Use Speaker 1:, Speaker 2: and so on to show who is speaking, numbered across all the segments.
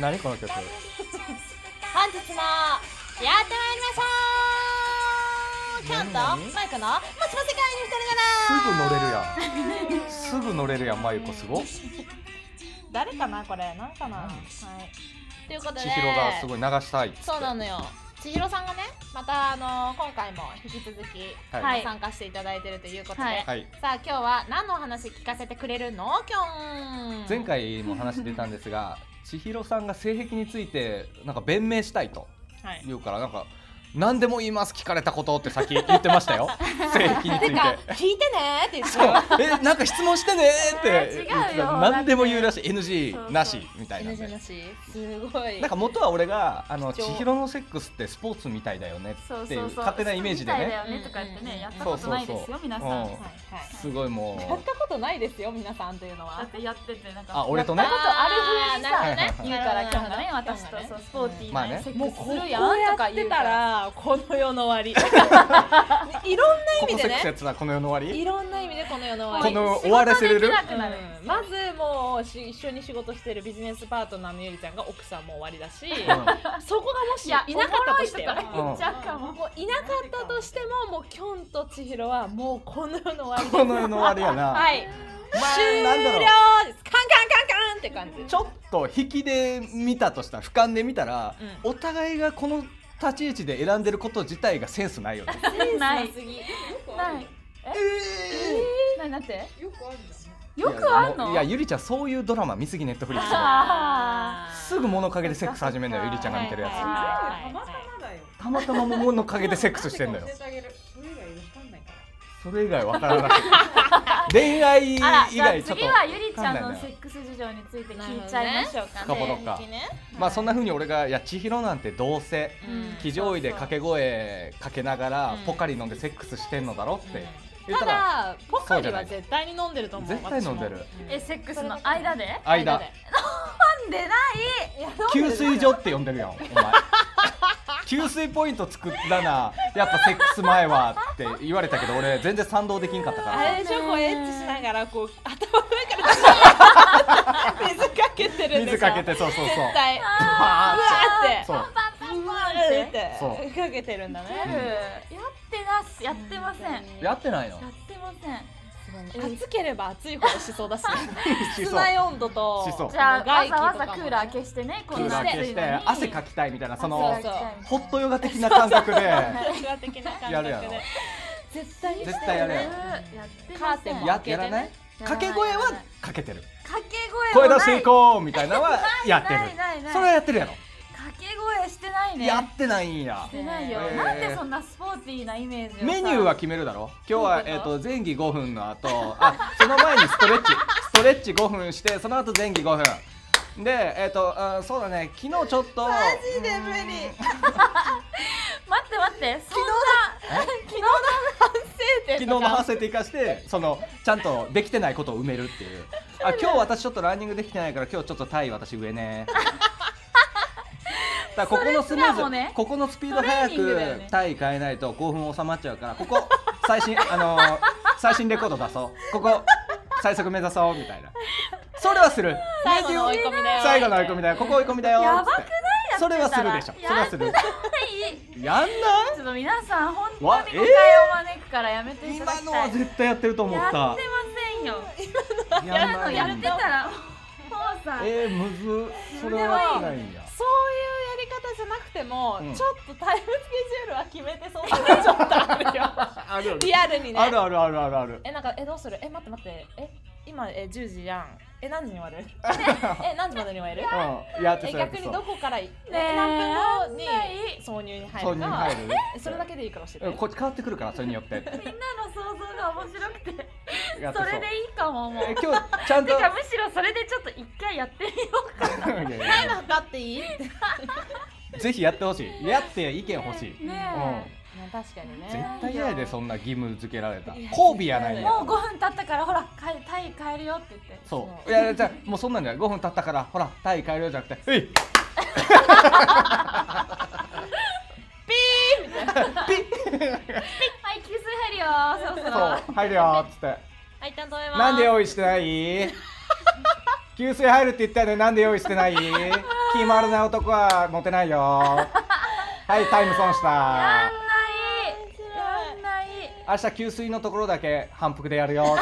Speaker 1: 何この曲
Speaker 2: 本日もやってまいりましょうキャン
Speaker 1: 何
Speaker 2: とマイクのもしも世界に
Speaker 1: すぐ乗れる
Speaker 2: 一人なら
Speaker 1: やんすぐ乗れるやんまゆこすごっ
Speaker 2: 誰かなこれなんかな
Speaker 1: 何
Speaker 2: はいということで
Speaker 1: 千尋がすごい流したいっつって
Speaker 2: そうなのよ千尋さんがねまたあの今回も引き続き
Speaker 1: はい
Speaker 2: 参加していただいてるということで、
Speaker 3: はい
Speaker 1: はい
Speaker 2: さあ今日は何のお話聞かせてくれるのきょん
Speaker 1: 前回も話出たんですが千尋さんが性癖についてなんか弁明したいと
Speaker 2: はい
Speaker 1: 言うからなんか何でも言います聞かれたことって先言ってました よ性癖につい
Speaker 2: てか
Speaker 1: て。
Speaker 2: 聞いてねって言って
Speaker 1: そうえなんか質問してねーって
Speaker 3: 違うよ
Speaker 1: 言ってた
Speaker 3: だって
Speaker 1: 何でも言うらしい
Speaker 3: そうそ
Speaker 1: NG
Speaker 3: う
Speaker 1: なしみたいなん
Speaker 2: NG な
Speaker 1: で
Speaker 2: しすごい
Speaker 1: なんか元は俺があの
Speaker 2: 貴
Speaker 1: 千
Speaker 2: 重
Speaker 1: 尋のセックスってスポーツみたいだよね
Speaker 3: そう
Speaker 1: ってい
Speaker 3: そううそう
Speaker 1: 勝手なイメージで
Speaker 3: そうみ
Speaker 1: ね
Speaker 3: たいだよねとか言って
Speaker 2: うんうんうん
Speaker 3: ねやったことないですよ皆さ
Speaker 1: う
Speaker 3: ん
Speaker 1: ん
Speaker 3: はい
Speaker 1: すごいも
Speaker 2: やっ
Speaker 1: う
Speaker 2: たことないですよ皆さんというの
Speaker 3: だっ
Speaker 2: は
Speaker 3: てやっててなんか
Speaker 1: あ俺とね
Speaker 3: やったことあるふうにさ
Speaker 1: あーなるほどね
Speaker 3: 言うから今日が
Speaker 2: なる
Speaker 3: ね
Speaker 2: ほどね
Speaker 3: 私とそうスポーティー
Speaker 1: まあ
Speaker 3: な
Speaker 1: ね
Speaker 3: セッ
Speaker 2: もう
Speaker 3: ク
Speaker 2: こ
Speaker 3: ス
Speaker 2: こ
Speaker 3: す
Speaker 2: や
Speaker 3: るやんとか
Speaker 2: って
Speaker 3: 言う
Speaker 2: た
Speaker 3: から
Speaker 2: らこの世の終わり いろんな
Speaker 1: こ
Speaker 2: 意味
Speaker 1: こセックス
Speaker 2: で
Speaker 1: や
Speaker 2: ね
Speaker 1: ってたらこの世の終わ
Speaker 2: い
Speaker 1: り
Speaker 2: ろんな意味でこの世の
Speaker 1: こ
Speaker 2: 終わり
Speaker 1: の終わらせれる
Speaker 3: 仕事できなくなる
Speaker 2: うんまずもうし一緒に仕事してるビジネスパートナーのゆりちゃんが奥さんも終わりだしそこがもしい
Speaker 3: い
Speaker 2: な
Speaker 3: や
Speaker 2: かったとしてよ
Speaker 3: おもろいとか言っちゃうかも
Speaker 2: もういなかったとしてももうきょんと千尋はもうこの世の終わり
Speaker 1: う
Speaker 2: で
Speaker 1: ん
Speaker 2: す
Speaker 1: この世の終わりや な、
Speaker 2: はい
Speaker 1: まあ
Speaker 2: 終了
Speaker 1: なんだろう
Speaker 2: ですカンカンカンカンって感じ
Speaker 1: ちょっと引きで見たとしたら俯瞰で見たら、
Speaker 2: う
Speaker 1: お互いがこの立ち位置で選んでること自体がセンスないよ ね
Speaker 3: ない
Speaker 2: 次
Speaker 3: ないないなってよ
Speaker 1: い
Speaker 3: く
Speaker 1: や
Speaker 3: あん
Speaker 1: もう
Speaker 3: の
Speaker 1: いやゆりちゃんそういうドラマ見すぎネットフリックスの
Speaker 3: あ
Speaker 1: すぐ物陰でセックス始めるのよゆりちゃんが見てるや
Speaker 2: はいはい
Speaker 1: つ
Speaker 2: はい
Speaker 4: たまたまだよ。
Speaker 1: たまたま物陰でセックスしてん だよ
Speaker 4: 教えてあげる。それ以外わかんないから。
Speaker 1: それ以外わからなくて恋愛以
Speaker 3: あらじゃあ
Speaker 1: 外ちょっと
Speaker 3: 次はゆりちゃん
Speaker 1: わかんない
Speaker 3: の
Speaker 1: のよ
Speaker 3: セックス事情について聞いちゃいましょうか
Speaker 1: 深掘ろ
Speaker 3: ね
Speaker 1: うかまあそんな風に俺が「いや千尋なんてどうせ
Speaker 2: うん
Speaker 1: 騎乗位で掛け声かけながらポカリ飲んでセックスしてんのだろ」って言った
Speaker 2: た
Speaker 1: ら
Speaker 2: だポカリは絶対に飲んでると思う
Speaker 1: 絶対飲んでる
Speaker 3: えセックスの間で
Speaker 2: 私も
Speaker 1: 間
Speaker 2: で
Speaker 3: 飲んでない
Speaker 2: いや
Speaker 1: 給水所って呼んでるやんお前 給水ポイント作ったなやっぱセックス前はって言われたけど俺全然賛同できんかったから
Speaker 2: あ
Speaker 1: さ
Speaker 2: れでしょこうエッチしながらこう頭の上から 水かけてるんでしょ
Speaker 1: 水かけてそうそうそう
Speaker 2: 絶対う
Speaker 1: パ
Speaker 2: わー
Speaker 1: ーっ
Speaker 2: っ
Speaker 1: てそう
Speaker 3: う
Speaker 2: うわ
Speaker 3: わ
Speaker 2: ーっ
Speaker 3: って
Speaker 1: そう
Speaker 2: てかけてるんだ
Speaker 3: や
Speaker 2: ね
Speaker 3: ってますやってませんや
Speaker 1: やってないの
Speaker 3: ってません
Speaker 2: 暑ければ暑いほどしそうだし
Speaker 1: し
Speaker 2: 室
Speaker 1: そう
Speaker 2: 内温度と
Speaker 1: しそう
Speaker 3: じゃあわざわ
Speaker 2: 外気と
Speaker 3: ざ
Speaker 2: かも
Speaker 3: クーラー消してねこ
Speaker 1: ク
Speaker 3: ん
Speaker 1: ー
Speaker 3: な
Speaker 1: ラー消
Speaker 3: 暑
Speaker 1: し
Speaker 3: い
Speaker 1: て
Speaker 3: のに
Speaker 1: 汗かきたいみたいなその
Speaker 2: そうそう
Speaker 1: ホットヨガ的な感覚で
Speaker 2: 哲学的な感
Speaker 1: や
Speaker 2: 覚
Speaker 1: る
Speaker 2: で
Speaker 1: やろ
Speaker 2: 絶対に
Speaker 1: 絶対やるやろ
Speaker 2: カーテンも
Speaker 1: ややらない
Speaker 3: やらない
Speaker 1: 掛け声はかけてる
Speaker 3: 掛け
Speaker 1: 声
Speaker 3: 声
Speaker 1: 出
Speaker 3: も
Speaker 1: して
Speaker 3: ない
Speaker 1: いこうみたいなのはやってる
Speaker 3: ないないない
Speaker 1: それはやってるやろ
Speaker 3: 掛け声してないね
Speaker 1: やってないんや
Speaker 3: してないよ
Speaker 1: えー
Speaker 3: なんでそんなスポーティーなイメージをさ
Speaker 1: メニューは決めるだろ今日は、
Speaker 3: どうい
Speaker 1: え
Speaker 3: う
Speaker 1: ー、
Speaker 3: こと
Speaker 1: と前儀5分の後あその前にストレッチストレッチ5分してその後前儀5分でえっ、とあそうだね昨日ちょっとマジで無理
Speaker 3: 待って待ってそんな
Speaker 2: 昨日の反省
Speaker 1: 昨
Speaker 2: 点
Speaker 1: 日の反省点生か してそのちゃんとできてないことを埋めるっていうあ今日私ちょっとランニングできてないから今日ちょっとタイ私上 ねだからここのスム
Speaker 3: それすら
Speaker 1: ー
Speaker 3: も
Speaker 1: ズ、
Speaker 3: ね
Speaker 1: ここのスピード速
Speaker 3: トレーニングだよ
Speaker 1: く
Speaker 3: ね
Speaker 1: タイ変えないと興奮収まっちゃうからここ最 新あのー最新レコード出そうここ最速目指そうみたいなそれはする
Speaker 2: 最後の追い込みだよ
Speaker 1: 最後の追い込みだよここ追い込みだよ
Speaker 3: やばくない
Speaker 1: つって
Speaker 3: やってた
Speaker 1: そ
Speaker 3: ら
Speaker 1: れはするでしょそれはする
Speaker 3: やんない
Speaker 1: やんない
Speaker 3: ちょっと皆さん本当
Speaker 1: わ
Speaker 3: に誤解を招くからやめていただ
Speaker 1: 今
Speaker 3: き
Speaker 1: の
Speaker 3: た。
Speaker 1: はい絶対やってると思っ
Speaker 3: やったてませんよ。今のやってたらもうさ、
Speaker 1: えー、むずそれはやってないんや
Speaker 2: そういうやり方じゃなくても、
Speaker 1: うん
Speaker 2: ちょっとタイムスケジュールは決めてそうなのちょっとあるよ
Speaker 1: ある
Speaker 2: リアルにね
Speaker 1: あるあるあるあるある
Speaker 2: えなんかえどうするえ待って待ってえ今え10時やんえ何時に終わ るええ何時までに終わる
Speaker 1: うんやって
Speaker 2: え
Speaker 1: そうやって
Speaker 2: 逆
Speaker 1: そ
Speaker 2: に
Speaker 1: う
Speaker 2: どこからね
Speaker 3: え
Speaker 2: 何分後に
Speaker 3: やんない
Speaker 2: 挿入に入
Speaker 1: 挿
Speaker 2: る
Speaker 1: 入
Speaker 2: か
Speaker 1: 入る
Speaker 2: えそれだけでいいから教えて
Speaker 1: うんこっち変わってくるからそれによって
Speaker 3: みんなの想像が面白くて、
Speaker 1: やって
Speaker 3: そ
Speaker 1: そう
Speaker 3: れでいいかももう。
Speaker 1: え今日ちゃんと
Speaker 3: てかむしろそれでちょっと一回やってみようか。
Speaker 1: いやいやいや
Speaker 2: 測っていいっ て
Speaker 1: ぜひやってほしいやって意見欲しい、うん、
Speaker 3: ね
Speaker 2: 確かにね
Speaker 1: 絶対嫌やでそんな義務付けられた
Speaker 2: いや
Speaker 1: 交尾やないん
Speaker 3: え、
Speaker 1: や
Speaker 3: もう5分経ったからほら帰タイ帰るよって言って。
Speaker 1: そういやいやじゃあもうそんなんじゃない5分経ったからほら体位変えるよじゃなくて「えい!」ピーみたいなピー
Speaker 3: はい給水入るよそろそろ。
Speaker 1: そう入るよーっつって
Speaker 2: はい担当めます
Speaker 1: なんで用意してない給水入るって言ったよねなんで用意してない決まるな男はモテないよはいタイム損し
Speaker 3: や
Speaker 1: た
Speaker 3: んないやんない
Speaker 1: 明日給水のところだけ反復でやるよ
Speaker 3: 反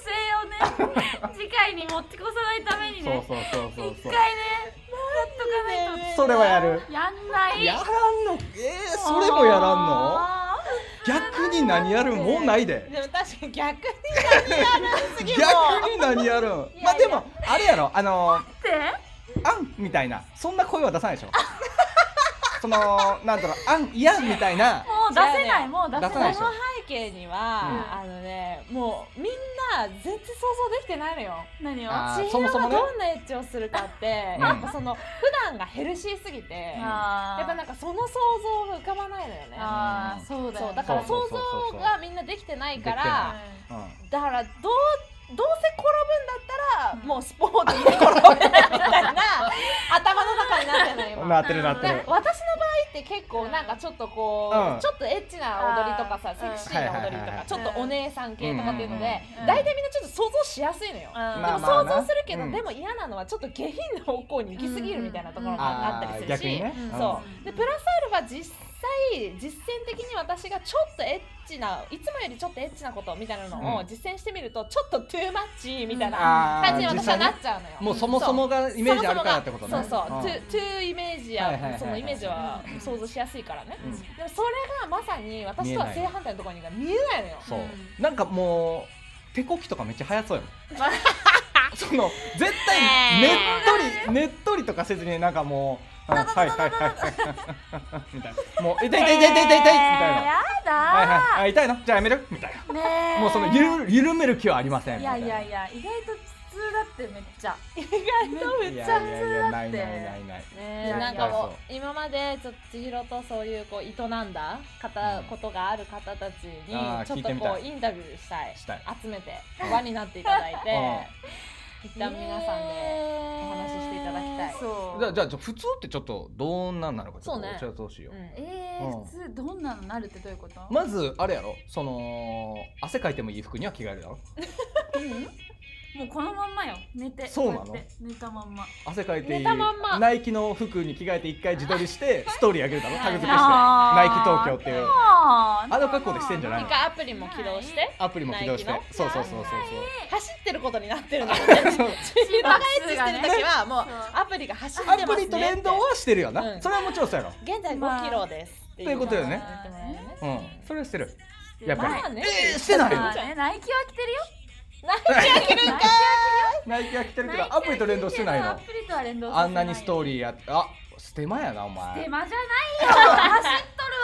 Speaker 3: 省をね次回に持ち越さないために
Speaker 1: そう
Speaker 3: ね
Speaker 1: そうそうそうそ
Speaker 3: 一回ね
Speaker 1: う
Speaker 3: やっとかないと
Speaker 1: それはやる
Speaker 3: やんない
Speaker 1: やらんのえー、それもやらんの
Speaker 3: あ
Speaker 1: 逆に何やるんもうないで
Speaker 2: でも確かに逆に
Speaker 1: 逆に何やるんまあでもあれやろあの
Speaker 3: ーっ
Speaker 1: 「
Speaker 3: て
Speaker 1: あん」みたいなそんな声は出さないでしょそのなんだろう「あん」「いや」みたいな
Speaker 3: もう出せない、
Speaker 2: じゃあね
Speaker 3: もう出せ
Speaker 1: 出さな
Speaker 3: ないい
Speaker 1: でし
Speaker 2: こ
Speaker 1: ょ
Speaker 2: の背景には、あのねもうみんな全然想像できてないのよ
Speaker 3: 何を
Speaker 1: あー
Speaker 2: 千
Speaker 1: そも
Speaker 2: 尋
Speaker 1: そも
Speaker 2: が
Speaker 1: ね
Speaker 2: どんなエッチをするかって、
Speaker 1: うん
Speaker 2: やっぱその普段がヘルシーすぎてや
Speaker 3: あー
Speaker 2: っぱなんかその想像が浮かばないのよね
Speaker 3: あーそうだよ
Speaker 2: そ
Speaker 3: ね
Speaker 2: うだから
Speaker 1: そう
Speaker 2: 想像がみんなできてないか
Speaker 1: できて
Speaker 2: ら
Speaker 1: うん
Speaker 2: だからどうどうせ転ぶんだったら、
Speaker 3: うん
Speaker 2: もうスポーツで転べないみたいな頭の中になって るのよ今
Speaker 1: な。ってるなって
Speaker 2: で
Speaker 1: る
Speaker 2: 私の場合って結構なんかちょっとこう、
Speaker 1: うん
Speaker 2: ちょっとエッチな踊りとかさ
Speaker 3: あ
Speaker 2: セ
Speaker 3: ー
Speaker 2: クシーな踊り
Speaker 1: はいは
Speaker 2: と
Speaker 1: いはいは
Speaker 2: か
Speaker 1: い
Speaker 2: ちょっとお姉さん系とかっていうので
Speaker 3: うんうん
Speaker 2: 大体みんなちょっと想像しやすいのよ。で
Speaker 3: うん
Speaker 1: まあ
Speaker 2: も
Speaker 1: まあ
Speaker 2: 想
Speaker 1: な
Speaker 2: 像するけど、
Speaker 1: うん
Speaker 2: でも嫌なのはちょっと下品な方向に行き過ぎるみたいなところがあった
Speaker 1: あ
Speaker 2: り
Speaker 1: ー
Speaker 2: するし、
Speaker 1: 逆にね
Speaker 3: うん
Speaker 2: そ
Speaker 3: うん
Speaker 2: うでプラスアルファ実際実践的に私がちょっとエッチないつもよりちょっとエッチなことみたいなの
Speaker 1: う
Speaker 2: を
Speaker 1: ん
Speaker 2: 実践してみるとちょっとトゥーマッチみたいな
Speaker 1: あー
Speaker 2: 感じに私は
Speaker 1: 実際ね
Speaker 2: なっちゃうのよ。
Speaker 1: もうそもそもがイメージあるからってことね
Speaker 2: そうそう、ト
Speaker 1: ん
Speaker 2: ゥトゥイメージ
Speaker 1: はいはいはいは
Speaker 2: や
Speaker 1: い
Speaker 2: そのイメージは想像しやすいからね、
Speaker 1: うん
Speaker 2: でもそれがまさに私とは正反対のところにが見えないのよ
Speaker 1: そううなんかもう手こきとかめっちゃ速そうやもんその絶対ねっとりねっとりとかせずになんかもう「あはいはいはいはい」みたいなもう「痛い痛い痛い痛い痛い」みたいな
Speaker 3: や
Speaker 1: 「
Speaker 3: だ
Speaker 1: はいはいあ痛いのじゃあやめる」みたい
Speaker 3: ね
Speaker 1: な
Speaker 3: え
Speaker 1: もうその緩緩める気はありません
Speaker 3: い
Speaker 1: みた
Speaker 3: や
Speaker 1: い
Speaker 3: い
Speaker 1: な
Speaker 3: やいや意外と普通だってめっちゃ
Speaker 2: 意外とめっ
Speaker 1: い
Speaker 2: ち
Speaker 1: や
Speaker 2: ゃ
Speaker 1: いやいやないないないない
Speaker 3: ね
Speaker 1: いや
Speaker 2: なんか
Speaker 1: そ
Speaker 2: も
Speaker 1: う
Speaker 2: う今までちょっと千尋とそういうこう営んだ方、
Speaker 1: うん
Speaker 2: ことがある方たちに
Speaker 1: あー
Speaker 2: ちょっ
Speaker 1: 聞いて
Speaker 2: と
Speaker 1: み
Speaker 2: こ
Speaker 1: たいう
Speaker 2: インタビューしたい
Speaker 1: したい
Speaker 2: 集めて輪になっていただい て、一
Speaker 3: 一
Speaker 2: 旦皆さんで、お
Speaker 3: お
Speaker 2: 話ししていただきたい
Speaker 3: そう
Speaker 1: じゃあじゃあ普通ってちょっとどんなんなのかちょっと
Speaker 2: そうね
Speaker 1: 教えてほしいよ
Speaker 2: うん
Speaker 3: え
Speaker 1: う
Speaker 3: ー、
Speaker 1: ん
Speaker 3: 普通どんなのなるってどういうこと、
Speaker 1: まずあれやろその汗かいてもいい服には着替えるだろ
Speaker 3: うんもうこのまんまよ寝て
Speaker 1: そうなの
Speaker 3: こやって寝たまんま
Speaker 1: 汗かいていい
Speaker 2: 寝たまんま
Speaker 1: ナイキの服に着替えて一回自撮りしてストーリー上げるだろタグ付けして
Speaker 3: あー
Speaker 1: ナイキ東京っていう
Speaker 3: あ
Speaker 1: あの格好でしてんじゃない
Speaker 2: 一回アプリも起動して
Speaker 1: アプリも起動して
Speaker 2: ナイ
Speaker 1: そうそうそうそう
Speaker 2: 走ってることにな ってるの で、ね、千尋がエッチしてる時はもう
Speaker 3: そう
Speaker 2: アプリが走ってま
Speaker 1: ア
Speaker 2: すねって
Speaker 1: プリと連動はしてるよな、
Speaker 2: うん
Speaker 1: それはもちろんそうやろ
Speaker 2: 現在
Speaker 3: まあ
Speaker 2: 5キロですっていう
Speaker 1: ということだよね
Speaker 2: 言ってもらえるね
Speaker 1: うんそれはしてる
Speaker 3: そう
Speaker 1: やっぱり
Speaker 3: ま
Speaker 2: まあね
Speaker 1: えーしてない
Speaker 3: あねナイキは着てるよ
Speaker 1: ナイキは着てるけ
Speaker 3: ナイキ
Speaker 1: ど
Speaker 3: は
Speaker 1: アプリと連動してない
Speaker 3: ア
Speaker 1: の
Speaker 3: プリとは連動
Speaker 1: あんなにストー
Speaker 3: リ
Speaker 1: リーやってあステマやなお
Speaker 3: ー
Speaker 1: 前
Speaker 3: 手間じゃないよ走っ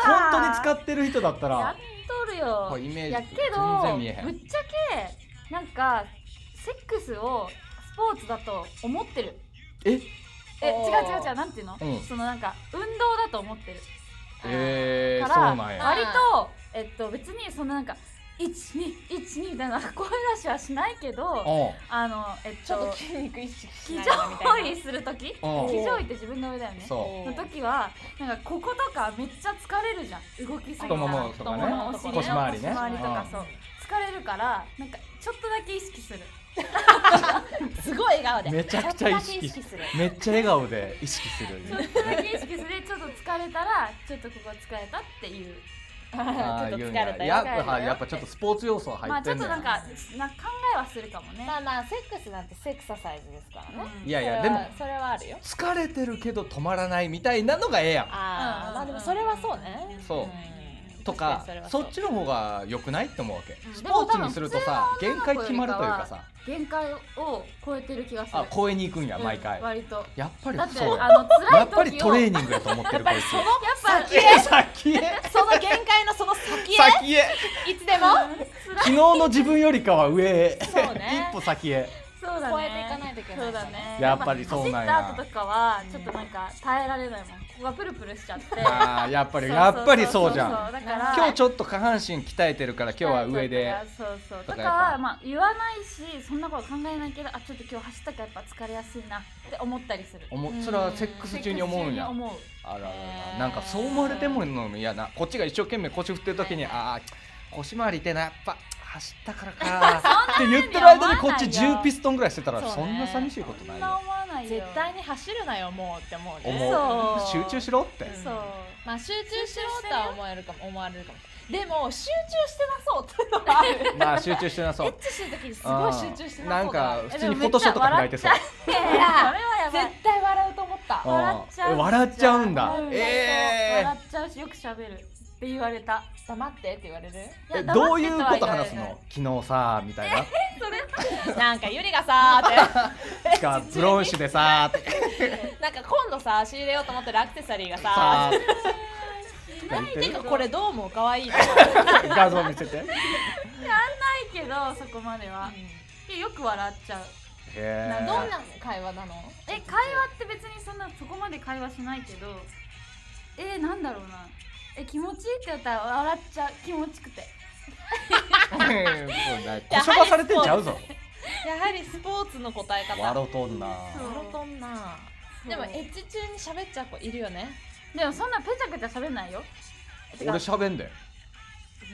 Speaker 3: とるわ
Speaker 1: 本当に使
Speaker 3: っ
Speaker 1: ってる人だった
Speaker 3: やっ
Speaker 1: ら
Speaker 3: とるよ
Speaker 1: これイメージ
Speaker 3: やけど
Speaker 1: 全然見えへん
Speaker 3: ぶっちゃけなんかセックスをスポーツだと思ってる
Speaker 1: え
Speaker 3: え違う
Speaker 2: おー
Speaker 3: 違う違うなんていうの、
Speaker 1: うん
Speaker 3: そのなんか運動だと思ってる
Speaker 1: え
Speaker 3: か
Speaker 1: ー、
Speaker 3: ら
Speaker 1: そうなんや
Speaker 3: 割とえっと別にそのなんか1212みたいな 声出しはしないけど
Speaker 1: おう
Speaker 3: あのえっ
Speaker 2: ちょっ
Speaker 3: と
Speaker 2: と筋肉意識し
Speaker 3: 騎
Speaker 2: な
Speaker 3: 乗
Speaker 2: がらみたいな
Speaker 3: 位す る時騎
Speaker 1: うん
Speaker 3: 乗位って自分の上だよね
Speaker 1: そう
Speaker 3: の時はなんかこことかめっちゃ疲れるじゃん動きすぎたら
Speaker 1: 太ももとかね
Speaker 3: 太ももお尻
Speaker 1: 腰回りね
Speaker 3: 腰回りとか
Speaker 1: うん
Speaker 3: そう疲れるからなんかちょっとだけ意識する
Speaker 2: すごい笑顔で
Speaker 1: めちゃくちゃ意識
Speaker 2: ちょっとだけ意識する
Speaker 1: めっちゃ笑顔で意識する
Speaker 3: ちょっとだけ意識するちょっと疲れたらちょっとここ疲れたっていう
Speaker 1: あ
Speaker 2: あー
Speaker 1: ー
Speaker 2: ちょ
Speaker 1: 言う
Speaker 2: っと
Speaker 1: んや
Speaker 2: 疲れたよ
Speaker 1: やっ
Speaker 3: 疲れた
Speaker 1: ぱ
Speaker 3: よ
Speaker 1: やっぱちょっとスポーツ要素は
Speaker 3: ま
Speaker 1: 入っ
Speaker 3: あち
Speaker 1: て
Speaker 3: ょっ
Speaker 1: んね
Speaker 3: となんかな考えはするかもね
Speaker 2: まあまあセックスなんてセクササイズですからね、
Speaker 3: うん
Speaker 1: いやいや
Speaker 2: それは
Speaker 1: でも
Speaker 2: それはあるよ
Speaker 1: 疲れてるけど止まらないみたいなのがええやん
Speaker 2: ああ
Speaker 3: うん
Speaker 2: まあでもそれはそうね
Speaker 1: そうんとか
Speaker 2: 確にれは
Speaker 1: そうっちの方が良くないって思うわけ
Speaker 3: うん
Speaker 1: スポーツにするとさ限界決まるというかさ
Speaker 3: 限界を超えてる気がする
Speaker 1: あ公園に行くんや
Speaker 3: うん
Speaker 1: 毎回
Speaker 3: 割と
Speaker 1: やっぱり
Speaker 3: だって
Speaker 1: そうや
Speaker 3: あの辛い時を
Speaker 1: やっぱりトレーニングやと思 ってるこいつ
Speaker 3: やっぱ
Speaker 1: 先へ 先へ
Speaker 2: その限界のその先へ
Speaker 1: 先へ
Speaker 2: いつでも
Speaker 1: 昨日の自分よりかは上へ
Speaker 2: そうね
Speaker 1: 一歩先へ
Speaker 3: そうだね
Speaker 2: 超えていかないといけない
Speaker 3: そうだね
Speaker 1: やっぱりそうなんや
Speaker 3: 走った後とかはちょっとなんか耐えられないもんここがプルプルしちゃって
Speaker 1: あ ーやっぱりやっぱりそうじゃん
Speaker 3: そだから
Speaker 1: 今日ちょっと下半身鍛えてるから今日は上で
Speaker 3: そうそう
Speaker 1: と
Speaker 3: と
Speaker 1: か
Speaker 3: か
Speaker 1: やっぱ
Speaker 3: はまあ言わないしそんなこと考えないけどあちょっと今日走ったからやっぱ疲れやすいなって思ったりする
Speaker 1: おもそれはセックス中に思うんや
Speaker 3: セックス中に思う
Speaker 1: あらら
Speaker 2: へ
Speaker 1: ら
Speaker 2: ー
Speaker 1: なんかそう思われてものも嫌なこっちが一生懸懸命腰振ってる時に、ああー腰回り痛いなやっぱあ走ったから かって言ってる間にこっち
Speaker 3: そんな
Speaker 1: 10ピストンぐらいしてたら
Speaker 2: そうね
Speaker 1: そんな寂しいこと
Speaker 3: そ
Speaker 1: なんい
Speaker 3: な
Speaker 1: よ
Speaker 3: 思わないよ
Speaker 2: 絶対に走るなよもうって思うね
Speaker 1: 思う
Speaker 3: そう
Speaker 1: 集中しろって
Speaker 2: うん
Speaker 3: そう
Speaker 2: まあ集中しろとは思えるかも思われるかもでも集中してなそうっていうのはある
Speaker 1: まあ集中してな
Speaker 3: エ
Speaker 1: そう
Speaker 3: ッチするときす
Speaker 1: う
Speaker 3: ご
Speaker 1: ん
Speaker 3: い集中してな
Speaker 1: な
Speaker 3: そ
Speaker 1: ん
Speaker 3: うだ
Speaker 1: か普通にフォトショーとか開いてそう
Speaker 3: えでもめっちゃ笑っちゃういやいやそれはやばい
Speaker 2: 絶対笑うと思った
Speaker 1: うん
Speaker 3: 笑っちゃう
Speaker 1: 笑っちゃうんだ
Speaker 3: 笑っちゃう
Speaker 1: え
Speaker 3: 笑っちゃうしよく喋るって言われた
Speaker 2: 黙ってって言 われる
Speaker 3: いや
Speaker 1: えどういう
Speaker 3: 黙っ
Speaker 1: こ
Speaker 3: て
Speaker 1: と
Speaker 3: は言わ
Speaker 1: 話
Speaker 3: れ
Speaker 1: す
Speaker 3: ない
Speaker 1: の昨日さみたいな
Speaker 2: なんかゆりがさーっ
Speaker 1: かブロンシュで さーって
Speaker 2: てなんか今度さ仕入れようと思ってるアクセサリーが
Speaker 1: さ
Speaker 2: さ
Speaker 1: ー
Speaker 3: しな
Speaker 1: 言
Speaker 3: い
Speaker 1: って
Speaker 2: て
Speaker 1: る
Speaker 2: かこれどう思う可愛いと思
Speaker 1: って画像見 せてへ
Speaker 3: けどそこまではいやよく笑っちゃう
Speaker 1: え
Speaker 2: うどんな 会話なの
Speaker 3: え会話って別にそんなそこまで会話しないけどえー、なんだろうなえ気持ちいいって言ったら笑っちゃう気持ちくて
Speaker 1: こそばされてんちゃうぞ
Speaker 2: やはりスポーツの答え方
Speaker 1: 笑うとんな
Speaker 3: そう
Speaker 2: 笑うとんな
Speaker 3: で
Speaker 2: で
Speaker 3: も
Speaker 2: も
Speaker 3: え
Speaker 2: エッチ中に喋っちゃう子いるよね
Speaker 3: でもそんなペチャペチャ喋んないよて
Speaker 1: 俺
Speaker 3: か
Speaker 1: 喋んで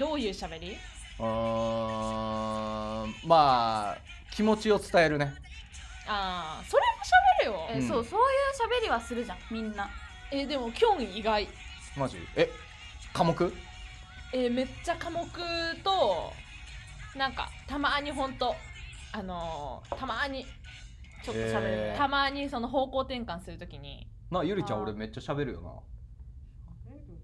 Speaker 2: どういう喋り
Speaker 1: うーんまあ気持ちを伝えるね
Speaker 2: ああそれも喋るよ
Speaker 3: え
Speaker 1: うん
Speaker 3: そうそういう喋りはするじゃんみんな
Speaker 2: えでもきょん意外
Speaker 1: マジえ科目
Speaker 2: えーめっちゃ科目となんかたまにほんとあのーたまにちょっと喋る、
Speaker 1: へー
Speaker 2: たまにその方向転換するときに
Speaker 1: なゆりちゃん
Speaker 3: あー
Speaker 1: 俺めっちゃ喋るよな
Speaker 4: 喋る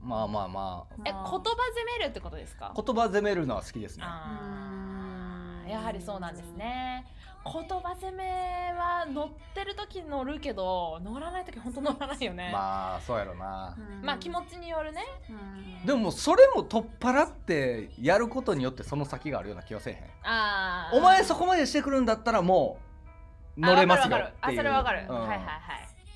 Speaker 1: まあまあまあ
Speaker 2: え言
Speaker 3: あ
Speaker 2: 葉
Speaker 3: ー
Speaker 2: 攻めるってことですか
Speaker 1: 言葉攻めるのは好きですね
Speaker 2: あーやはりそうなんですね言葉攻めは乗ってる時乗るけど乗らない時ほんと乗らないよね、まあ、
Speaker 1: まあそうやろな
Speaker 3: うん
Speaker 2: 気持ちによるね
Speaker 3: うん
Speaker 1: でももうそれも取っ払ってやることによってその先があるような気はせえへ
Speaker 2: あ
Speaker 1: ん
Speaker 2: ー
Speaker 1: お前そこまでしてくるんだったらもう乗れますよっていう
Speaker 2: あわかるわかるあそれは
Speaker 1: うん
Speaker 2: わかる、はいはいはい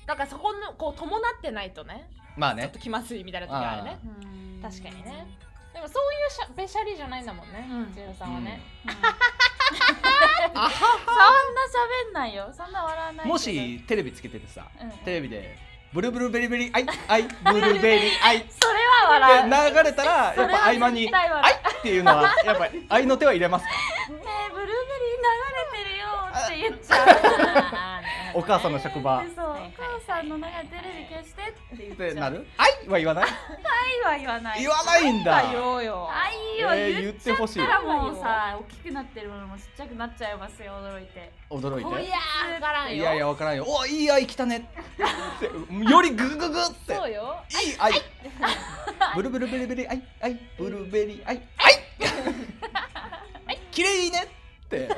Speaker 2: だからそこのこう伴ってないとね
Speaker 1: まあ
Speaker 2: ちょっ
Speaker 1: ね
Speaker 2: と気まずいみたいな時あるね
Speaker 3: うん
Speaker 2: 確かにねでもそういうしゃべしゃりじゃないんだもんね、
Speaker 3: うん
Speaker 2: ジェロさんはね、
Speaker 3: うんそんな喋んないよそんな笑わないけど
Speaker 1: もしテレビつけててさ
Speaker 3: うん
Speaker 1: テレビでブルブルベリベリアイアイブルベリアイって
Speaker 3: それは笑う
Speaker 1: 流れたら
Speaker 3: そ
Speaker 1: やっ
Speaker 3: れ
Speaker 1: ぱ
Speaker 3: は
Speaker 1: 合間に
Speaker 3: 絶対
Speaker 1: 「アイ!」
Speaker 3: 笑
Speaker 1: っていうのはやっぱり合いの手は入れますか
Speaker 3: ねえブルーベリー流れてるよって言っちゃう
Speaker 1: お母さんの職場っ
Speaker 3: そう、お
Speaker 2: はいはい
Speaker 3: 母さんの中でテレビ消してって言っちゃう
Speaker 1: てなる「アイ!」は言わない
Speaker 3: 愛は言わない
Speaker 1: 言わないんだ
Speaker 2: 言おうよ
Speaker 3: 愛を
Speaker 1: えー
Speaker 3: 言
Speaker 1: 言
Speaker 3: っ
Speaker 1: っ
Speaker 3: ち
Speaker 1: て
Speaker 3: ゃ
Speaker 1: ほ
Speaker 3: っ
Speaker 1: しい
Speaker 3: たらもうさ大きくなってるものもちっちゃくなっちゃいますよ驚いて
Speaker 1: 驚い
Speaker 2: おい
Speaker 1: て
Speaker 2: やーわからんよ
Speaker 1: いやいや分からんよおいい愛来たねってよりググググって
Speaker 2: そうよ
Speaker 1: いい愛ブルブルベリベリ愛愛ブルベリ愛愛綺麗ねって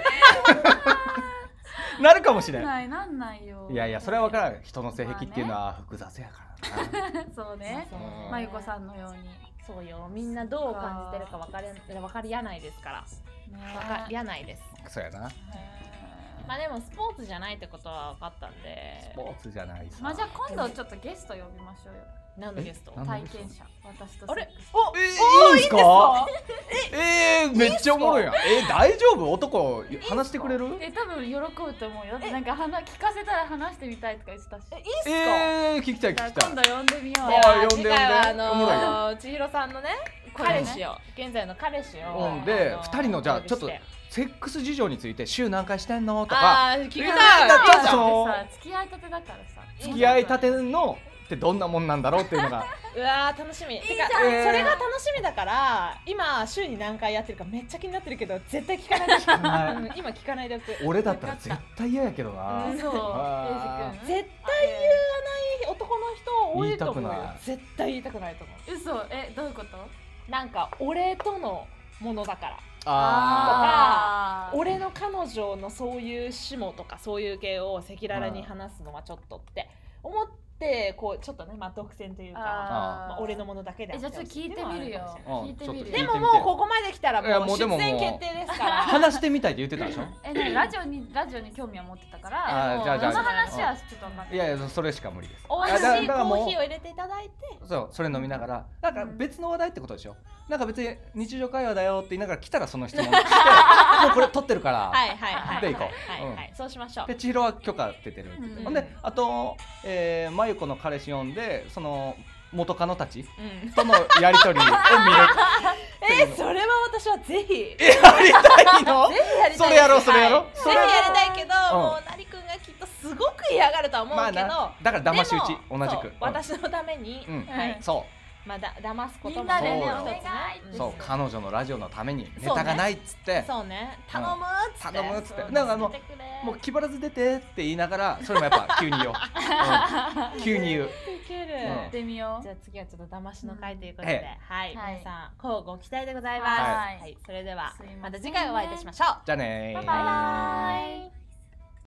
Speaker 1: なるかもしれん
Speaker 3: ないなんないよ
Speaker 1: いやいやそれは分からん人の性癖っていうのは複雑やからな
Speaker 3: そうね
Speaker 2: そう
Speaker 1: うん
Speaker 3: まゆこさんのように
Speaker 2: そうよみんなどう感じてるか分かれ分かりやないですから
Speaker 3: ね
Speaker 2: 分かりやないです
Speaker 1: そうやな
Speaker 2: まあでもスポーツじゃないってことは分かったん
Speaker 1: ス
Speaker 2: で
Speaker 1: ポーツじゃないさ
Speaker 3: まあじゃあ今度ちょっとゲスト呼びましょうよ
Speaker 2: 何のゲスト
Speaker 1: えなん
Speaker 3: 体験者私と
Speaker 2: あれ
Speaker 1: おえーいいんすかえー、めっちゃおもろいやんえー、大丈夫男話してくれる
Speaker 3: え多分喜ぶと思うよだってなんか話聞かせたら話してみたいとか言ってたし
Speaker 2: えいいっすか、
Speaker 1: えー、聞きたい
Speaker 3: じゃあ
Speaker 1: 聞きたい
Speaker 3: 今度呼んでみよう
Speaker 2: で
Speaker 3: よ
Speaker 1: あー
Speaker 2: は
Speaker 1: 呼んで呼んで
Speaker 2: 次回はあ
Speaker 1: おもろ
Speaker 2: のー、千尋さんのね彼氏を現在の彼氏を、
Speaker 1: うんで
Speaker 2: あのー
Speaker 1: 二人のじゃあ
Speaker 2: お呼びして
Speaker 1: ちょっとセックス事情について週何回してんのとか
Speaker 2: あー聞き
Speaker 1: みん
Speaker 2: たい
Speaker 1: なちょっと
Speaker 3: さ付き合いたてだからさ
Speaker 1: 付き合いたてのってどんなもんなんだろうっていうのが
Speaker 2: うわー楽しみてか
Speaker 1: ゃんえー
Speaker 2: それが楽しみだから今週に何回やってるかめっちゃ気になってるけど絶対聞か ないでおく
Speaker 1: ない
Speaker 2: うん今聞かないでおく絶
Speaker 1: 俺だったら絶対嫌やけどな
Speaker 3: うんそう
Speaker 1: あー
Speaker 3: エイジ
Speaker 2: 対言わない男の人多いと思うよ
Speaker 1: 言いたくない
Speaker 2: 絶対言いたくないと思
Speaker 3: 君嘘えどういうこと
Speaker 2: うなんか俺とのものだから
Speaker 1: あ
Speaker 3: あー
Speaker 2: 俺の彼女のそういう下とかそういう系を赤裸々に話すのはちょっとって思ってこうちょっとねまあ独占というか
Speaker 3: あー
Speaker 2: まあ、俺のものだけで
Speaker 3: えじゃあちょっと聞いてみるよ
Speaker 1: うん
Speaker 3: 聞いてみる
Speaker 1: ち
Speaker 2: で
Speaker 1: ょっ
Speaker 3: よ
Speaker 1: と
Speaker 2: ももうここまで来たら
Speaker 1: いや
Speaker 2: も
Speaker 1: も
Speaker 2: う
Speaker 1: うで
Speaker 2: 出
Speaker 1: ももう
Speaker 2: 演決定ですから
Speaker 1: ー話してみたいって言ってたでしょ
Speaker 3: えねラジオにラジオに興味は持ってたから
Speaker 1: あー
Speaker 3: もう
Speaker 1: じゃあじゃあ
Speaker 3: その話はちょっと分かんない
Speaker 1: いやいやそれしか無理です
Speaker 2: 美味し
Speaker 1: あだ
Speaker 2: い
Speaker 1: だから
Speaker 2: コ
Speaker 1: もう
Speaker 2: ーヒーを入れていただいて
Speaker 1: そうそれ飲みながらなんか別の話題ってことでしょなんか別に日常会話だよって言いながら来たらその質問 してもうこれ撮ってるから、
Speaker 2: はいはいはい
Speaker 1: で行こ
Speaker 2: は
Speaker 1: う
Speaker 2: いはいそうしましょう
Speaker 1: で千尋は許可出てるって言って、
Speaker 3: うん
Speaker 1: ほんであと、えー、真由子の彼氏呼んでその元カノたち
Speaker 2: うん
Speaker 1: とのやり取りを見る
Speaker 2: えーそれは私はぜひ
Speaker 1: えやりたいの
Speaker 2: ぜひやりたいで
Speaker 1: そ
Speaker 2: す
Speaker 1: れやろうそれやろう
Speaker 2: はい
Speaker 1: そ
Speaker 2: ぜ
Speaker 1: れや
Speaker 2: ひや
Speaker 1: ろう
Speaker 2: りたいけど、
Speaker 1: うん
Speaker 2: もうなりくんがきっとすごく嫌がるとは思うけど、
Speaker 1: なだから騙し討ち
Speaker 2: で
Speaker 1: 同
Speaker 2: も
Speaker 1: じ
Speaker 2: そう
Speaker 1: く
Speaker 2: 私のために、
Speaker 1: うん
Speaker 2: はい
Speaker 1: うん、そ
Speaker 2: まあだ騙すことも
Speaker 3: みんな
Speaker 1: でね
Speaker 2: 一つ
Speaker 1: お
Speaker 3: 願い
Speaker 1: う
Speaker 2: うん
Speaker 1: そう彼女のラジオのためにネ
Speaker 2: そうね
Speaker 1: タがないっつって
Speaker 2: そうね頼むっつって、
Speaker 1: 頼むっつって
Speaker 2: そう
Speaker 1: なんかあの
Speaker 2: 助けてくれ
Speaker 1: もう気張らず出てって言いながらそれもやっぱ急に言おう、 うん急に言う
Speaker 2: いける、
Speaker 1: うん
Speaker 3: やってみよう
Speaker 2: じゃあ次はちょっと騙しの会ということで、
Speaker 1: うんえ
Speaker 2: はい、
Speaker 3: はい
Speaker 2: 皆さん乞うご期待でございます、
Speaker 3: はい
Speaker 2: はいそれでは
Speaker 3: すいませんね
Speaker 2: また次回お会いいたしましょう
Speaker 1: じゃあねー
Speaker 2: バイバイ